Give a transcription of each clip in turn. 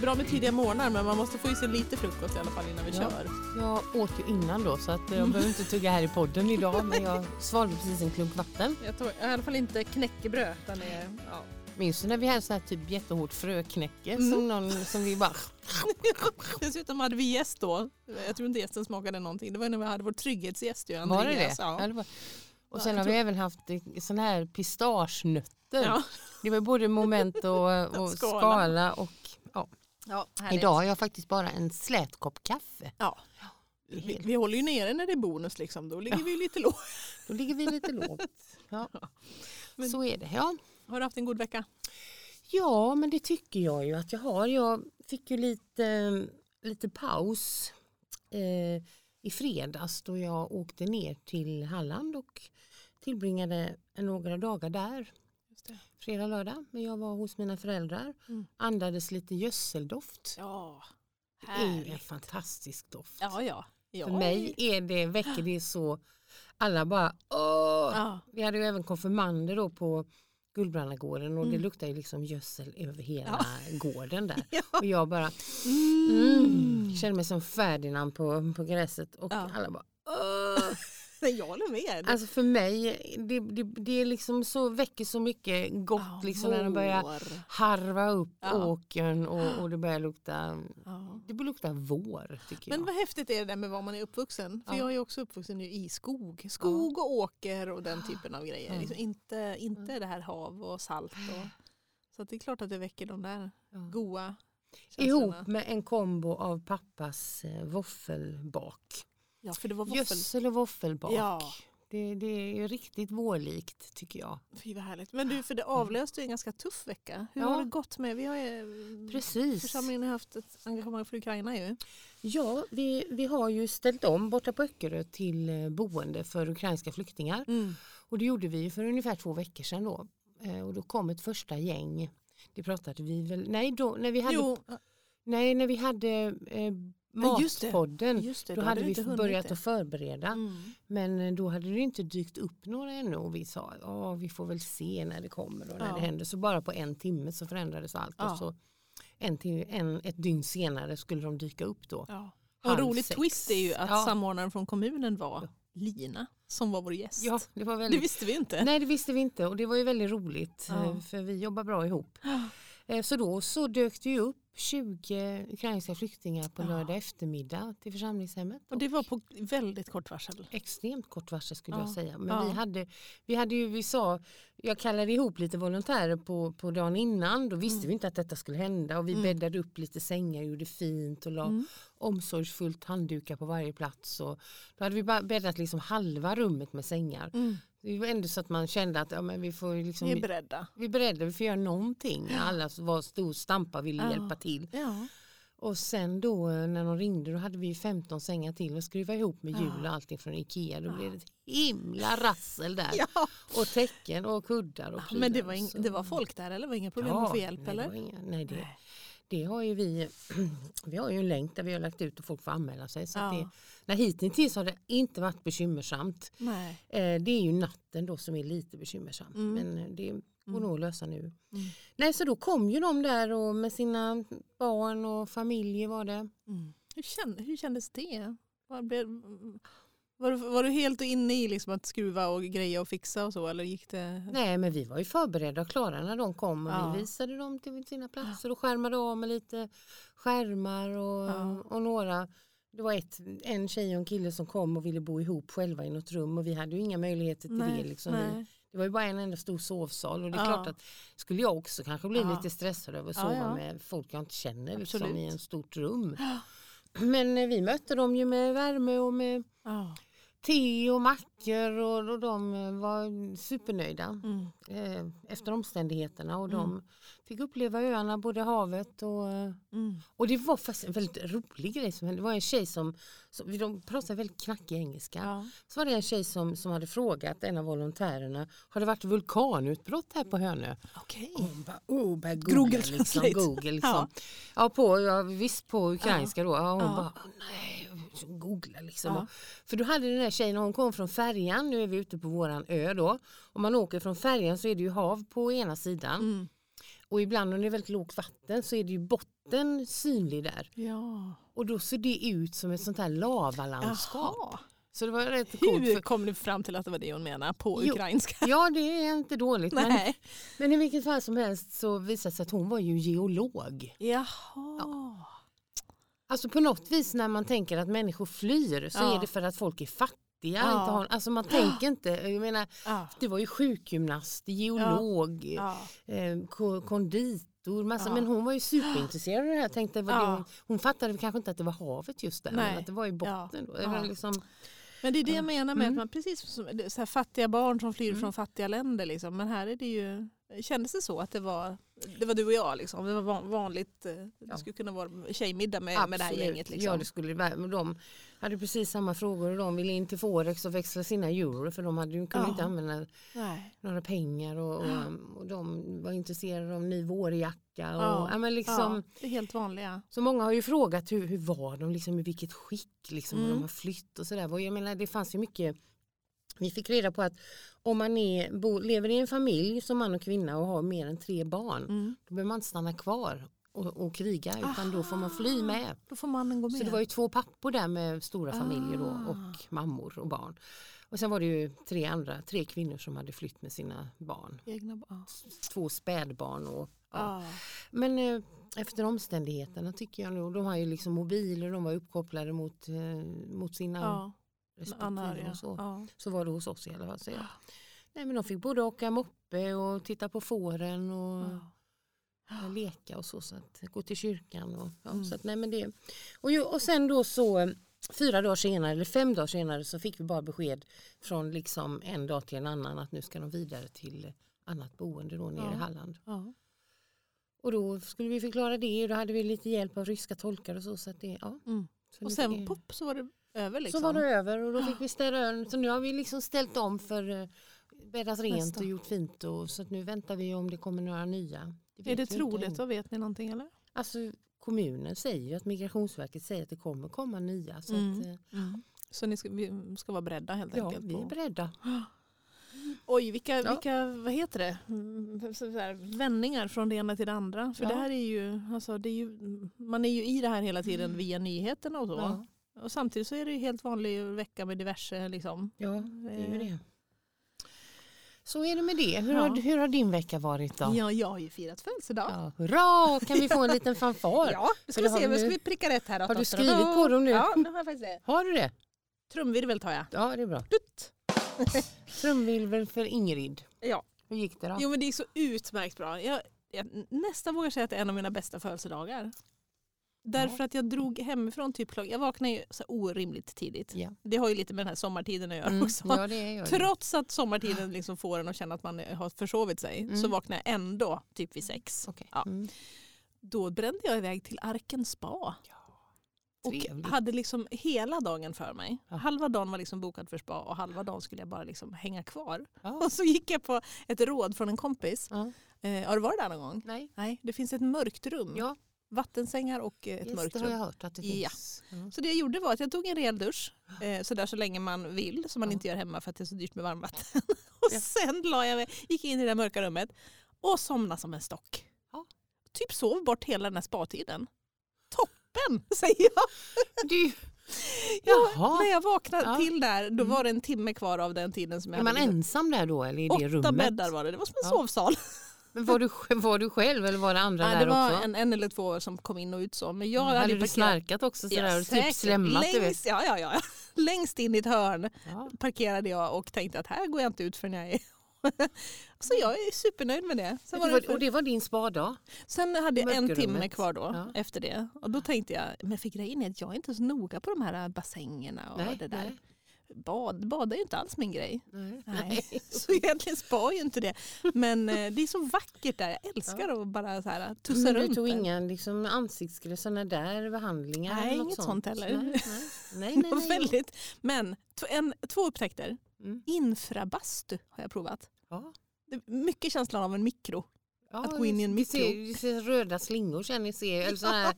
bra med tidiga morgnar men man måste få i sig lite frukost i alla fall innan vi Ja. kör. Jag åt ju innan då så att jag behöver inte tugga här i podden idag men jag svalde precis en klunk vatten. Jag tror i alla fall inte knäckebröd utan det är, ja. Minns du när vi hade sån här typ jättehårt fröknäcke Mm. som någon som vi bara... Dessutom hade vi gäst då. Jag tror inte gästen smakade någonting. Det var när vi hade vår trygghetsgäst ju, Andreas. Var det det? Ja, Ja. det var... Och Ja, sen jag har vi även haft eh, sån här pistagenötter. Ja. Det var både moment och, och Skala. skala och ja. Ja, härligt. idag har jag faktiskt bara en slät kopp kaffe. Ja. Det är Vi, helt- vi håller ju nere när det är bonus liksom. Då ligger vi ju lite lågt. Då ligger vi lite lågt. Ja. Men- Så är det. Ja. Har du haft en god vecka? Ja, men det tycker jag ju att jag har. Jag fick ju lite, lite paus eh, i fredags då jag åkte ner till Halland och tillbringade några dagar där. Just det. Fredag, lördag. Men jag var hos mina föräldrar. Mm. Andades lite gödseldoft. Ja, det är ju en härligt. fantastisk doft. Ja, ja. ja. För mig är det, väcker det så... Alla bara åh! Ja. Vi hade ju även konfirmander då på Guldbrannagården och det Mm. luktar ju liksom gödsel över hela gården där. Ja. Och jag bara Mm. mm, känner mig som Ferdinand på, på gräset och Ja. alla bara Åh. Nej, jag håller med. Alltså för mig, det, det, det är liksom så, väcker så mycket gott Ja, liksom när de börjar vår. harva upp Ja. åkern och, och det börjar lukta, Ja. det börjar lukta vår tycker jag. Men vad häftigt är det där med var man är uppvuxen. För Ja. jag är ju också uppvuxen ju i skog. Skog och åker och den typen av grejer. Mm. Liksom inte inte det här hav och salt. Och, så att det är klart att det väcker de där Ja. goa känslorna. Ihop med en kombo av pappas eh, våffelbak. Ja, för det var våffel. Gödsel och våffelbak. Ja. Det, det är ju riktigt vårlikt tycker jag. Fy vad härligt. Men du, för det avlöste ju en ganska tuff vecka. Hur Mm. Ja. har det gått med? Vi har ju, Precis. församlingen har haft ett engagemang för Ukraina ju. Ja, vi, vi har ju ställt om borta på Öckerö till eh, boende för ukrainska flyktingar. Och det gjorde Mm. vi ju för ungefär två veckor sedan då. Eh, Och då kom ett första gäng. Det pratade vi väl, nej då, när vi hade, Jo, nej, när vi hade eh, Ja, just det. Matpodden. just det. Då hade hade du vi inte hunnit börjat det. att förbereda. Mm. Men eh, då hade det inte dykt upp några ännu och vi sa att vi får väl se när det kommer och när Ja. det händer. Så bara på en timme så förändrades allt. Ja. Och så en till, en, ett dygn senare skulle de dyka upp då. Ja. Och en Halv rolig sex. twist är ju att Ja. samordnaren från kommunen var Lina som var vår gäst. Ja, det var Det väldigt... visste vi inte. Nej, det visste vi inte och det var ju väldigt roligt Ja. eh, för vi jobbar bra ihop. Eh, Så då så dök det ju upp 20 ukrainska flyktingar på Ja. lördag eftermiddag till församlingshemmet. Och det var på väldigt kort varsel. Extremt kort varsel skulle Ja. jag säga. Men Ja. vi, hade, vi hade ju, vi sa, jag kallade ihop lite volontärer på, på dagen innan. Då visste vi inte att detta skulle hända och vi Mm. bäddade upp lite sängar och gjorde fint och la Mm. omsorgsfullt handdukar på varje plats. Och då hade vi bara bäddat liksom halva rummet med sängar. Det var ändå så att man kände att ja, men vi får ju liksom, Mm. Vi är vi, beredda. vi är beredda, vi får göra någonting. Alla var stor stampa ville Ja. hjälpa till. Ja. Och sen då eh, när de ringde då hade vi ju 15 sängar till och skruva ihop med Ja. hjul och allting från Ikea. Då Ja. blev det ett himla rassel där. Ah. Ja. Ah, Och täcken och kuddar och prylar Men det var, och ing- så. det var folk där eller? var inga problem att få hjälp nej, det eller? var inga- nej, det, Nej. det har ju vi, vi har ju en länk där vi har lagt ut och folk får anmäla sig. Så att Ja. det, nej, hittills har det inte varit bekymmersamt. Nej. Eh, Det är ju natten då som är lite bekymmersam. Mm. Men eh, det går nog att lösa nu. Mm. Nej, så då kom ju de där och med sina barn och familjer var det. Mm. Hur, kände, hur kändes det? Var, blev, var, du, var du helt inne i liksom att skruva och greja och fixa och så eller gick det? Nej, men vi var ju förberedda och klara när de kom. Och Ja. Vi visade dem till sina platser och skärmade av med lite skärmar och, Ja. och några. Det var ett, en tjej och en kille som kom och ville bo ihop själva i något rum och vi hade ju inga möjligheter till det. Liksom. Vi- nej. Det var ju bara en enda stor sovsal och det är Ja. klart att skulle jag också kanske bli Ja. lite stressad över att Ja, sova ja. med folk jag inte känner liksom, Absolut. i ett stort rum. Men eh, vi mötte dem ju med värme och med Ja. te och mackor och, och de eh, var supernöjda Mm. eh, efter omständigheterna och de Mm. fick uppleva öarna, både havet och eh, Mm. och det var faktiskt en väldigt rolig grej som hände. Det var en tjej som, som de pratade väldigt knackig engelska. Ja. Så var det en tjej som, som hade frågat en av volontärerna, har det varit vulkanutbrott här på Hönö? Okej. Och hon bara, oh, började Google googla liksom. Translate. Google, liksom. Ja. Ja. på, ja, visst på ukrainska då. Ja, hon Ja. bara, "Åh, nej, så googla liksom. Ja. Och, för då hade den här tjejen, hon kom från färjan, nu är vi ute på våran ö då. Om man åker från färjan så är det ju hav på ena sidan. Mm. Och ibland om det är väldigt lågt vatten så är det ju botten vatten synlig där. Ja. Och då ser det ut som ett sånt här lavalandskap. Jaha. Så det var rätt coolt. Hur För, kom du fram till att det var det hon menade på Jo. ukrainska? ja det är inte dåligt. Men, Nej. men i vilket fall som helst så visade det sig att hon var ju geolog. Jaha. Alltså på något vis när man tänker att människor flyr så Ja. är det för att folk är fattiga. Ja. Inte har, alltså man tänker inte, jag menar Ja. du var ju sjukgymnast, geolog, Ja. eh, ko- konditor, massa, Ja. men hon var ju superintresserad av det här. Jag Tänkte, vad det Ja. hon, hon fattade kanske inte att det var havet just där, men Nej. att det var i botten. Då. Det var Ja. Liksom, Men det är det Ja. jag menar med Mm. att man precis som så här fattiga barn som flyr Mm. från fattiga länder. Liksom. Men här är det ju, kändes det så att det var, det var du och jag? Liksom. Det var van- vanligt, eh, det skulle kunna vara tjejmiddag med, med det här absolut. gänget. Liksom. Ja, det skulle det vara. Men de hade precis samma frågor och de ville in till Forex och växla sina euro för de hade, ju- kunde Ja. inte använda Nej. några pengar och, Ah. och, och de var intresserade av ny vårjacka. Och, ja. Ja. men liksom, ja, det är helt vanliga. Så många har ju frågat hur, hur var de, liksom, i vilket skick liksom, och Mm. de har flytt och sådär. Och Jag menar det fanns ju mycket, vi fick reda på att om man är, bo, lever i en familj som man och kvinna och har mer än tre barn, Mm. då behöver man inte stanna kvar och, och kriga utan då får man fly med. Då får mannen gå med. Så det var ju två pappor där med stora familjer då, Ah. och mammor och barn. Och sen var det ju tre andra, tre kvinnor som hade flytt med sina barn. Egna barn. Två spädbarn och Ja. ja. Men eh, efter omständigheterna tycker jag nog. De har ju liksom mobiler, de var uppkopplade mot, eh, mot sina Ja. med respektive. anhöriga. Och så. Ja. så var det hos oss i alla fall. Så ja. Nej, men de fick både åka moppe och titta på fåren och Ja. eh, leka och så. så att, gå till kyrkan och ja, Mm. så att, nej, men det. Och, ju, och sen då så eh, fyra dagar senare eller fem dagar senare så fick vi bara besked från liksom en dag till en annan att nu ska de vidare till annat boende då nere Ja. i Halland. Ja. Och då skulle vi förklara det och då hade vi lite hjälp av ryska tolkar och så. så att det, ja. Mm. Så Och det- sen pop så var det över. Liksom. Så var det över och då fick vi städa ön. Så nu har vi liksom ställt om för eh, bäddat rent Nästa. och gjort fint. Och, så att nu väntar vi om det kommer några nya. är vet det vi inte troligt? än. Då vet ni någonting eller? Alltså kommunen säger ju att Migrationsverket säger att det kommer komma nya. Så Mm. att, eh, Så ni ska, vi ska vara beredda helt ja, enkelt? vi på- är beredda. Oj, vilka, Ja. vilka vad heter det? Mm, så så här, vändningar från det ena till det andra. För Ja. det här är ju, alltså, det är ju, man är ju i det här hela tiden via nyheterna och så. Mm. Ja, Och samtidigt så är det ju helt vanlig vecka med diverse liksom. ja, det är ju Eh, det. Så är det med det. Hur, Ja. har, hur har din vecka varit då? Ja, jag har ju firat födelsedag. Ja, hurra! Kan vi få en liten fanfar? Ja, nu För ska det vi har se, nu du- ska vi pricka rätt här. Har du skrivit på dem nu? Ja, nu har jag faktiskt det. Har du det? Trumvirvel tar jag. Ja, det är bra. Dutt. Trumvirvel för Ingrid. Ja. Hur gick det då? Jo men det är så utmärkt bra. Jag, jag nästan vågar säga att det är en av mina bästa födelsedagar. Därför att jag drog hemifrån typ klockan, jag vaknade ju så här orimligt tidigt. Ja. Det har ju lite med den här sommartiden att göra Mm, också. ja, det är jag. Trots att sommartiden liksom får en att känna att man har försovit sig Mm. så vaknade jag ändå typ vid sex. Okej. Ja. Mm. Då brände jag iväg till Arken spa. Trevligt. Och hade liksom hela dagen för mig. Ja. Halva dagen var liksom bokad för spa och halva dagen skulle jag bara liksom hänga kvar. Ja. Och så gick jag på ett råd från en kompis. Ja. Eh, har du varit där någon gång? Nej. Nej, det finns ett mörkt rum. Ja, Vattensängar och eh, ett just, mörkt det har jag rum. hört att det Ja. finns. Mm. Ja. Så det jag gjorde var att jag tog en rejäl dusch, eh, sådär så länge man vill, som man Ja. inte gör hemma för att det är så dyrt med varmvatten. och Ja. sen la jag mig, gick in i det där mörka rummet och somnade som en stock. Ja. Typ sov bort hela den här spatiden. Toppen, säger jag. Du, Ja, jaha, När jag vaknade Ja. Mm. till där, då var det en timme kvar av den tiden som jag är man hade. ensam där då eller i det Åtta rummet? bäddar var det, det var som en Ja. sovsal. Men var, du, sj- var du själv eller var det andra Nej, där det var också? en, en eller två som kom in och ut så. Men jag hade, hade ju du parkerat- snarkat också sådär och typ säkert. slämmat? du vet? Längst, ja, ja, ja. Längst in i ett hörn Ja. parkerade jag och tänkte att här går jag inte ut förrän jag är... så jag är supernöjd med det. Sen, var Det var, det och det var din spardag? sen hade jag en mörkerrummet. timme kvar då Ja. efter det. Och då tänkte jag, men för grejen är att jag är inte så noga på de här äh, bassängerna och det där. nej, Bad, bad är ju inte alls min grej. nej. Nej. Så egentligen spar ju inte det. Men eh, det är så vackert där. Jag älskar att bara så här, äh, tussa Men runt. Mm, du tog där. inga liksom, ansiktsgrejer, sådana där behandlingar? Nej, eller något inget sånt heller. Nej, nej, nej. nej, Det var nej, väldigt. Men t- en, två upptäckter. Mm. Infrabastu har jag provat. Ja. Det är Mycket känslan av en mikro. Ja, Att gå in i en vi ser- mikro. vi ser röda slingor känner ni ser. Eller sådana här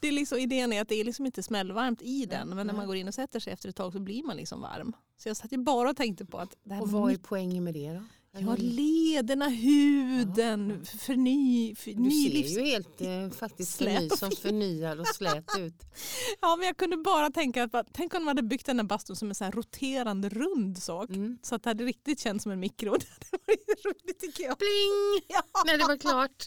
Det är liksom, idén är att det är liksom inte smällvarmt i den men när nej. man går in och sätter sig efter ett tag så blir man liksom varm. Så jag satt ju bara och tänkte på att det här Och vad är Mm. mik- poängen med det då? Ja, lederna, huden, förny, Du förny livs... ser ju helt eh, faktiskt Slät förny, och som förnyad och slät ut. Ja, men jag kunde bara tänka att bara, tänk om de hade byggt den här bastun som en sån här roterande rund sak. Mm. Så att det hade riktigt känts som en mikro. Det hade varit roligt tycker jag. Pling! Ja. När det var klart.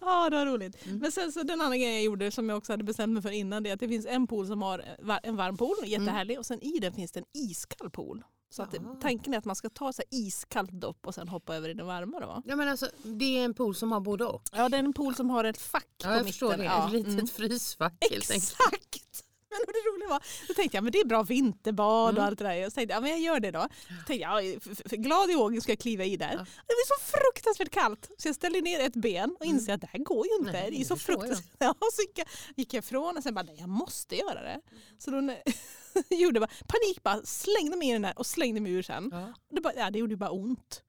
Ja, det var roligt. Men sen så den andra grejen jag gjorde som jag också hade bestämt mig för innan det är att det finns en pool som har eh, va- en varm pool, jättehärlig, och sen i den finns det en iskall pool. Så att, Jaha. tanken är att man ska ta så här iskallt dopp och sen hoppa över i den varma då. Ja, men alltså, det är en pool som har både och. Ja, det är en pool som har ett fack Ja, på jag mitten. förstår det. Ja, Ett litet mm. frysfack helt enkelt. Exakt! Men det roliga var, då tänkte jag men det är bra vinterbad Mm. och allt det där. Jag tänkte ja, men jag gör det då. Så tänkte jag, ja, f- f- glad i hågen ska jag kliva i där. Ja. Det var så fruktansvärt kallt så jag ställde ner ett ben och inser att det här går ju inte. Mm. Nej, det är ju så det förstår fruktansvärt. Ja, så gick jag, gick jag ifrån och sen bara nej, jag måste göra det. Så då när- gjorde jag bara, panik bara, slängde mig i den där och slängde mig ur sen. Ja. Det, bara, ja, det gjorde ju bara ont.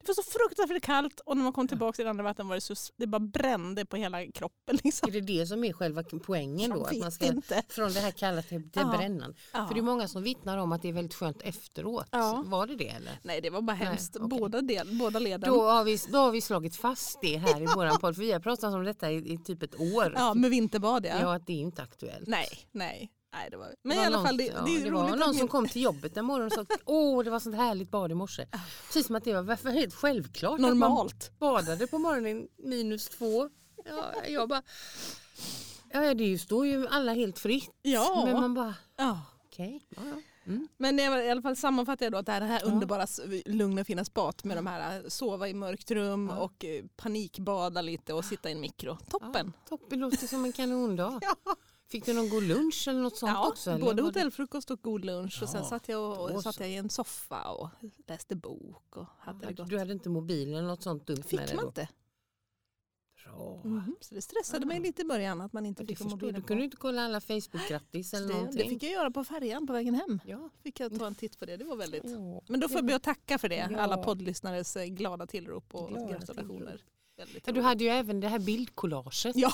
Det var så fruktansvärt kallt och när man kom tillbaka till det andra vattnet var det så, det bara brände på hela kroppen. Liksom. Är det det som är själva poängen då? Jag Att man vet ska inte. från det här kalla till det Ja. brännan. Ja. För det är många som vittnar om att det är väldigt skönt efteråt. Ja. Var det det eller? Nej, det var bara Nej, hemskt. okej. båda, del, båda leden. Då har, vi, då har vi slagit fast det här i våran podd. För vi har pratat om detta i, i typ ett år. ja, med vinterbad ja. Ja, att det är inte aktuellt. Nej, nej. nej det var... Men var i alla någon- fall, det, ja, det är det var roligt. någon att som min... kom till jobbet en morgon och sa åh det var sånt härligt bad i morse. Precis som att det var varför helt självklart att Normalt. man badade på morgonen minus två. Ja, jag bara, ja ja, det är ju- står ju alla helt fritt. Ja. Men man bara, Ja. okej. ja, ja. Mm. Men det var, i alla fall sammanfattar jag då att det här, det här underbara s- lugna fina spat med de här eh, sova i mörkt rum Ja. och eh, panikbada lite och sitta i en mikro. Toppen! Ja, toppen låter som en kanondag. Ja, Fick du någon god lunch eller något sånt också? eller både var det- hotellfrukost och god lunch och sen Ja, satt jag, och, då satt så. jag i en soffa och läste bok och hade det gott. Du hade inte mobilen eller något sånt dumt med Fick dig man då? inte. Bra. Mhm. Så det stressade mig Ah. lite i början att man inte Det fick ha förstår du. mobilen Du på. kunde ju inte kolla alla Facebook-grattis eller Det, någonting. det fick jag göra på färjan på vägen hem. ja. Fick jag ta en titt på det. Det var väldigt... Ja. Men då får jag be att tacka för det. Ja. Alla poddlyssnares eh, glada tillrop och Glada gratulationer. tillrop. Väldigt Ja, du roligt. hade ju även det här bildkollaget. Ja.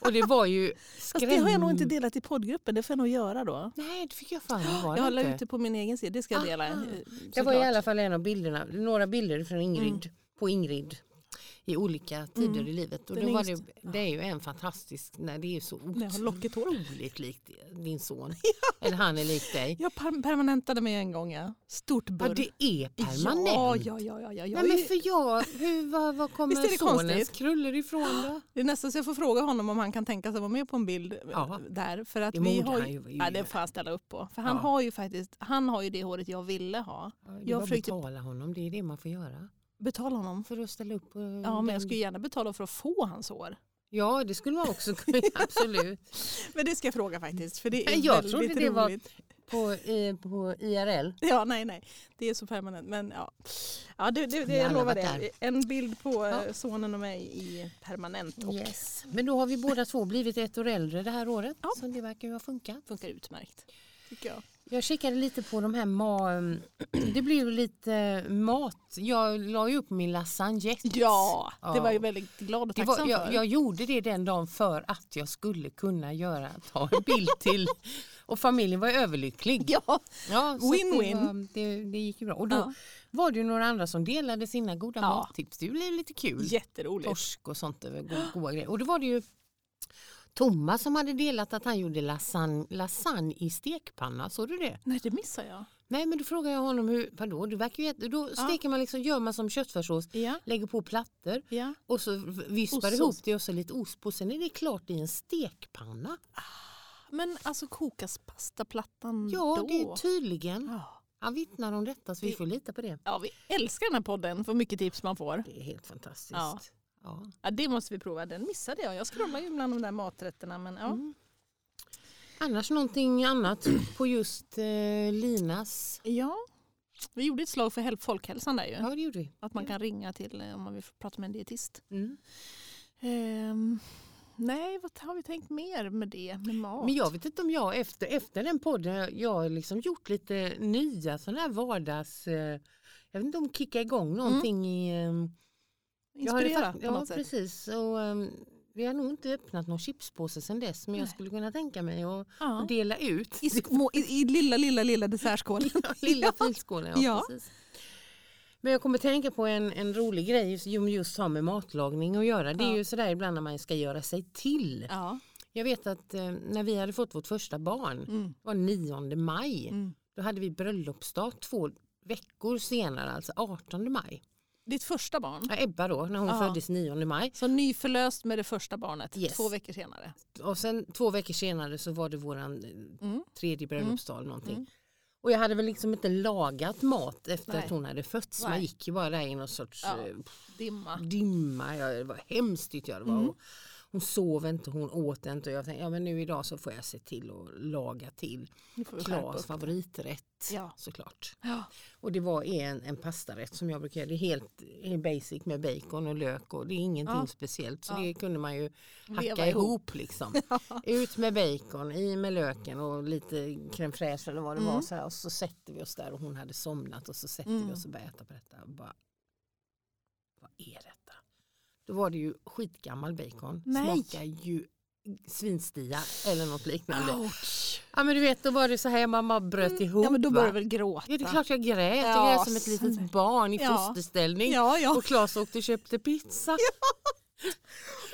Och det var ju Fast skräm... det har jag nog inte delat i poddgruppen. Det får jag nog göra då. Nej, det fick jag fan det var Jag det la inte. ut det på min egen sida. Det ska jag Ah. dela. eh, Det var i såklart. alla fall en av bilderna, några bilder från Ingrid, på Ingrid Mm. i olika tider i livet. Och Mm. Den då var det, yngsta. det är ju en fantastisk, nej, det är ju så När jag har lockigt hår. otroligt likt din son. Eller han är lik dig. Jag per- permanentade mig en gång. Ja. Stort Ja, burr. det är permanent. Ja, ja, ja, ja, ja. Jag Nej, men är ju- för jag, hur, var, var Visst är det kommer sonens konstigt? krullor ifrån då? Det är nästan så jag får fråga honom om han kan tänka sig att vara med på en bild eh, Ja. där. För att Det vi borde har han ju, ju göra. ja, det får han ställa upp på. För han Ja. har ju faktiskt han har ju det håret jag ville ha. Ja, det Jag jag bara försökte- betala honom, det är det man får göra. Betala honom. För att ställa upp på Ja, men den- jag skulle gärna betala för att få hans hår. ja det skulle man också kunna absolut. Men det ska jag fråga faktiskt. För det är Nej, jag väldigt trodde roligt. det var- På, eh, på IRL. Ja, nej, nej. Det är så permanent. Men ja, ja det, det, det, Vi har jag alla lovar varit det. En bild på eh, Ja. sonen och mig i permanent. Och Yes. Men då har vi båda två blivit ett år äldre det här året. Ja. Så det verkar ju ha funkat. funkar utmärkt. Tycker jag. Jag kikade lite på de här ma... Det blev ju lite mat. Jag la ju upp min lasagnette. Ja, det Ja. var jag väldigt glad och Det var, tacksam jag, för. jag gjorde det den dagen för att jag skulle kunna göra, ta en bild till. Och familjen var överlycklig. Ja, Ja, så att Win-win. Det, var- det, det gick ju bra. Och då Ja. var det ju några andra som delade sina goda Ja. mattips. Det blev lite kul. jätteroligt. torsk och sånt. över go- Goda grejer. Och då var det ju Thomas som hade delat att han gjorde lasagne, lasagne i stekpanna. Såg du det? Nej, det missar jag. Nej men då frågade jag honom hur, vadå? Du verkar ju, jätte- då steker man liksom, gör man som köttfärssås, Ja. lägger på plattor Ja. och så v- vispar Ostsås. ihop det och så lite ost på. Sen är det klart i en stekpanna. Men alltså kokas pastaplattan Ja, då? det är tydligen. Ja. Han vittnar om detta så vi Det- får lita på det. ja, vi älskar den här podden för mycket tips man får. Det är helt fantastiskt. Ja. Ja. Ja, det måste vi prova. Den missade jag. Jag scrollar ju bland de där maträtterna. Men, ja. Annars någonting annat på just eh, Linas? ja. Vi gjorde ett slag för häl- folkhälsan där ju. Ja, det gjorde vi. Att man kan ringa till eh, om man vill prata med en dietist. Mm. Ehm, nej, vad har vi tänkt mer med det? Med mat? Men jag vet inte om jag efter, efter den podden, jag har liksom gjort lite nya sådana här vardags... Eh, jag vet inte om kicka igång någonting i... Eh, jag har ju Inspirerat fakt- Mm. på Ja, något sätt. precis. Och, eh, vi har nog inte öppnat någon chipspåse sedan dess men jag Nej. skulle kunna tänka mig att Ja. att dela ut. I, små, i, I lilla, lilla, lilla dessertskålen. Lilla filskålen, ja, Ja. precis. Men jag kommer tänka på en, en rolig grej som just har med matlagning att göra. Det är Ja. ju sådär ibland när man ska göra sig till. Ja. Jag vet att eh, när vi hade fått vårt första barn, Mm. det var 9 maj, Mm. då hade vi bröllopsdag två veckor senare, alltså 18 maj. Ditt första barn. Ja, Ebba då, när hon Ja. föddes 9 maj. Så nyförlöst med det första barnet Yes. två veckor senare. Och sen två veckor senare så var det våran eh, Mm. tredje bröllopsdag eller någonting. Och jag hade väl liksom inte lagat mat efter Nej. att hon hade fötts. Man Nej. gick ju bara där i någon sorts Ja. eh, Dimma. dimma. Jag, det var hemskt tyckte jag det var. Mm. Och Hon sov inte, hon åt inte och jag tänkte ja men nu idag så får jag se till att laga till Nu får vi skärpa Klas upp. favoriträtt Ja. såklart. Ja. Och det var en, en pastarätt som jag brukar göra. Det är helt eh, basic med bacon och lök och det är ingenting Ja. speciellt så Ja. det kunde man ju hacka Leva ihop, ihop. liksom. Ut med bacon, i med löken och lite crème fraîche eller vad det var. Mm. Så här, och så sätter vi oss där och hon hade somnat och så sätter vi Mm. oss och börjar äta på detta. Och bara, vad är detta? Då var det ju skitgammal bacon. Nej. Smakar ju svinstia eller något liknande. Ouch. Ja men du vet då var det så här mamma bröt ihop. Mm. Ja men då va? börjar du väl gråta. Ja, det är klart jag grät. Jag Ja, grät som ett litet snälla. barn i Ja. fosterställning. Ja, ja. Och Claes åkte och köpte pizza.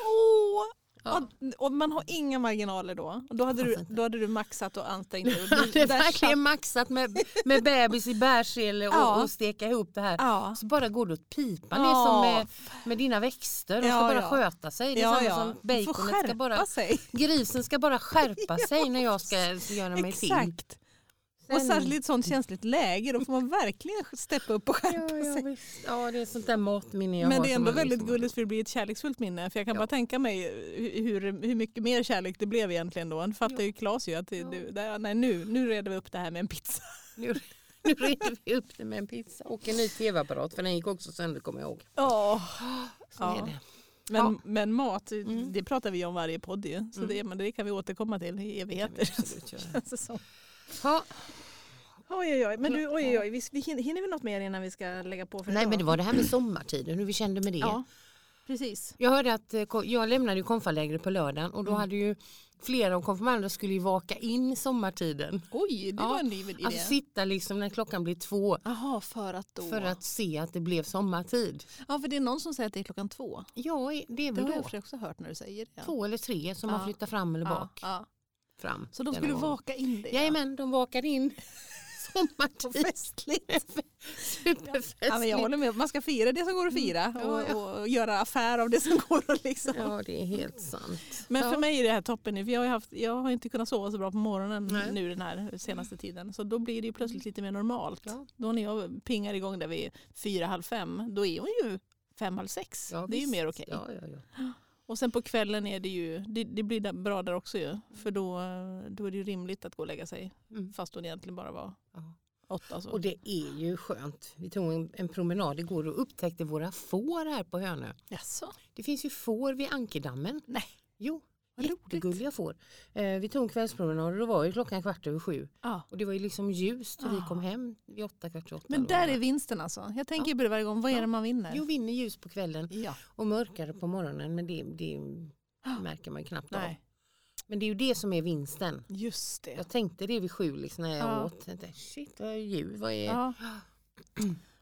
Åh! Ja. Och, och man har inga marginaler då. Då hade, Fanns du, inte. då hade du maxat och ansträngt dig. och Jag hade du- där verkligen maxat med, med bebis i bärsele och, Ja. och steka ihop det här. satt- Ja. Så bara går det åt pipan. Det är Ja. som med, med dina växter. De ska Ja, bara ja. sköta sig. Det är Ja, samma ja. som Man får baconet ska skärpa bara... sig. Grisen ska bara skärpa sig när jag ska göra mig till. Exakt. Och Sen- särskilt i ett sånt känsligt läge, då får man verkligen steppa upp och skärpa Ja, ja, sig. visst. ja, det är sånt där matminne jag Men har det är som ändå man väldigt liksom- gulligt för det blir ett kärleksfullt minne. För jag kan Ja. bara tänka mig hur, hur mycket mer kärlek det blev egentligen då. Nu fattar ju Claes ju att det, Ja. det, där- nej, nu, nu reder vi upp det här med en pizza. Nu, nu reder vi upp det med en pizza och en ny tv-apparat för den gick också sönder kommer jag ihåg. Så Ja. är det. Men, Ja. men mat, Mm. det pratar vi om varje podd ju. Så Mm. det, men det kan vi återkomma till i Det kan vi evigheter. absolut göra. Känns det som. Ja. Oj, oj, oj. Men du, oj, oj, oj. Vi, vi hin- hinner vi något mer innan vi ska lägga på för Nej idag? men det var det här med sommartiden, hur vi kände med det. Ja, precis. Jag hörde att eh, ko- jag lämnade ju konfalägret på lördagen och då Mm. hade ju flera av konfirmanderna skulle ju vaka in sommartiden. Oj, det Ja. var en ny idé. Alltså sitta liksom när klockan blir två Jaha, för att då? för att se att det blev sommartid. Ja, för det är någon som säger att det är klockan två. Ja, i- det är Det väl har då jag också hört när du säger det. två eller tre som Ja. har flyttat fram eller ja, bak. ja. Fram. Så de Den skulle gången. vaka in det? Jajamän, de vakade in Vad sommartid. festligt. Superfestligt. Ja, men jag håller med, man ska fira det som går att fira och, Ja, och göra affär av det som går att liksom. Ja, det är helt sant. Men ja. för mig är det här toppen nu, för jag har, ju haft, jag har inte kunnat sova så bra på morgonen Nej. nu den här senaste tiden. Så då blir det ju plötsligt lite mer normalt. Ja. Då när jag pingar igång där vid fyra, halv fem, då är hon ju fem, halv sex. Ja, det är ju visst. mer okej. Ja, ja, ja. Och sen på kvällen är det ju, det, det blir där- bra där också ju. För då, då är det ju rimligt att gå och lägga sig. Mm. Fast hon egentligen bara var Ja. åtta. alltså. Så. Och det är ju skönt. Vi tog en, en promenad igår och upptäckte våra får här på Hönö. Jaså? Det finns ju får vid Ankerdammen. Nej. Jo, Vad roligt. jättegulliga får. Eh, vi tog en kvällspromenad och då var ju klockan kvart över sju. Ja. Och det var ju liksom ljust och vi Ah. kom hem vid åtta, kvart över åtta. Men eller där vad är det vinsten alltså. Jag tänker Ja. ju på det varje gång, vad är Ja. det man vinner? var. Jo, vinner ljus på kvällen Ja. och mörkare på morgonen men det, det märker man ju knappt av. Nej, Men det är ju det som är vinsten. just det. Jag tänkte det vid sju liksom, när jag Ja. åt. Jag tänkte, shit, vad är ljus? Vad är... Ja.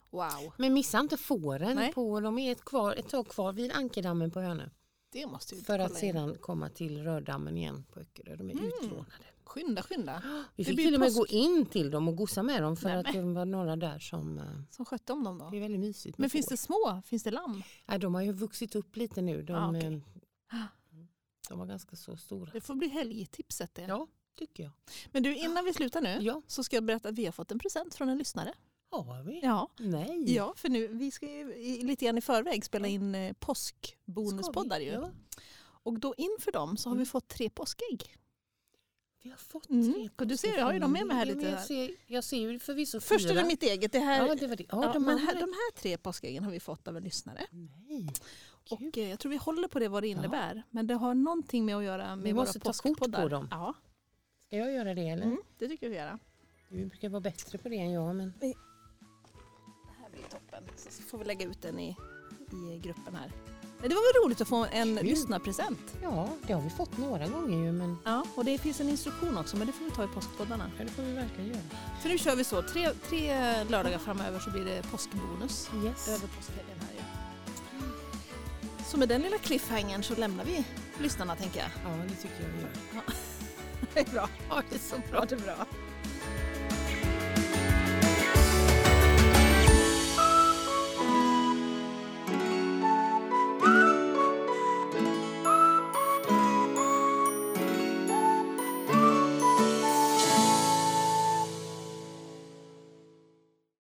Wow, Men missa inte fåren. Nej. På, de är ett, kvar, ett tag kvar vid Ankerdammen på Hönö. det måste ju För att kolla in. sedan komma till Rördammen igen på Öckerö. De är utlånade. Skynda, skynda. Vi Det fick blir till och med påsk. gå in till dem och gossa med dem för Nej, att det var några där som... eh, Som skötte om dem då. Det är väldigt mysigt med Men finns får. det små? Finns det lamm? Nej, de har ju vuxit upp lite nu. De, Ah, okej. eh, de var ganska så stora. Det får bli helgtipset det. Ja, tycker jag. Men du, innan vi slutar nu Ja, så ska jag berätta att vi har fått en present från en lyssnare. har vi? Ja, Nej. ja för nu, vi ska ju i- lite grann i förväg spela in eh, påskbonuspoddar Ska vi? ju. Ja, Mm. Och då inför dem så har vi fått tre påskägg. vi har fått Mm. tre Och du ser, stycken jag har ju dem med från- mig här Ja, men lite Jag här. ser, jag ser ju förvisso Först är fyra. det mitt eget. Det här, Ja, det var det. Ja, ja, de men andra- här, de här tre påskäggen har vi fått av en lyssnare. Nej. Kul. Och eh, jag tror vi håller på det vad det innebär. Men det har någonting med att göra med Vi måste våra ta kort på påskpoddar. dem. Ja, Ska jag göra det eller? mm, det tycker jag vi göra. Du brukar vara bättre på det än jag. Men... Det här blir toppen. Så får vi lägga ut den i, i gruppen här. Det var väl roligt att få en lyssnarpresent. Ja, det har vi fått några gånger ju men Ja, och det finns en instruktion också men det får vi ta i påskpoddarna. ja, det får vi verkligen göra. För nu kör vi så, tre, tre lördagar framöver så blir det påskbonus. Yes. Över påskhelgen här ju. Så med den lilla cliffhangern så lämnar vi lyssnarna tänker jag. Ja, det tycker jag vi gör. Det är bra. Ha det så bra. det bra.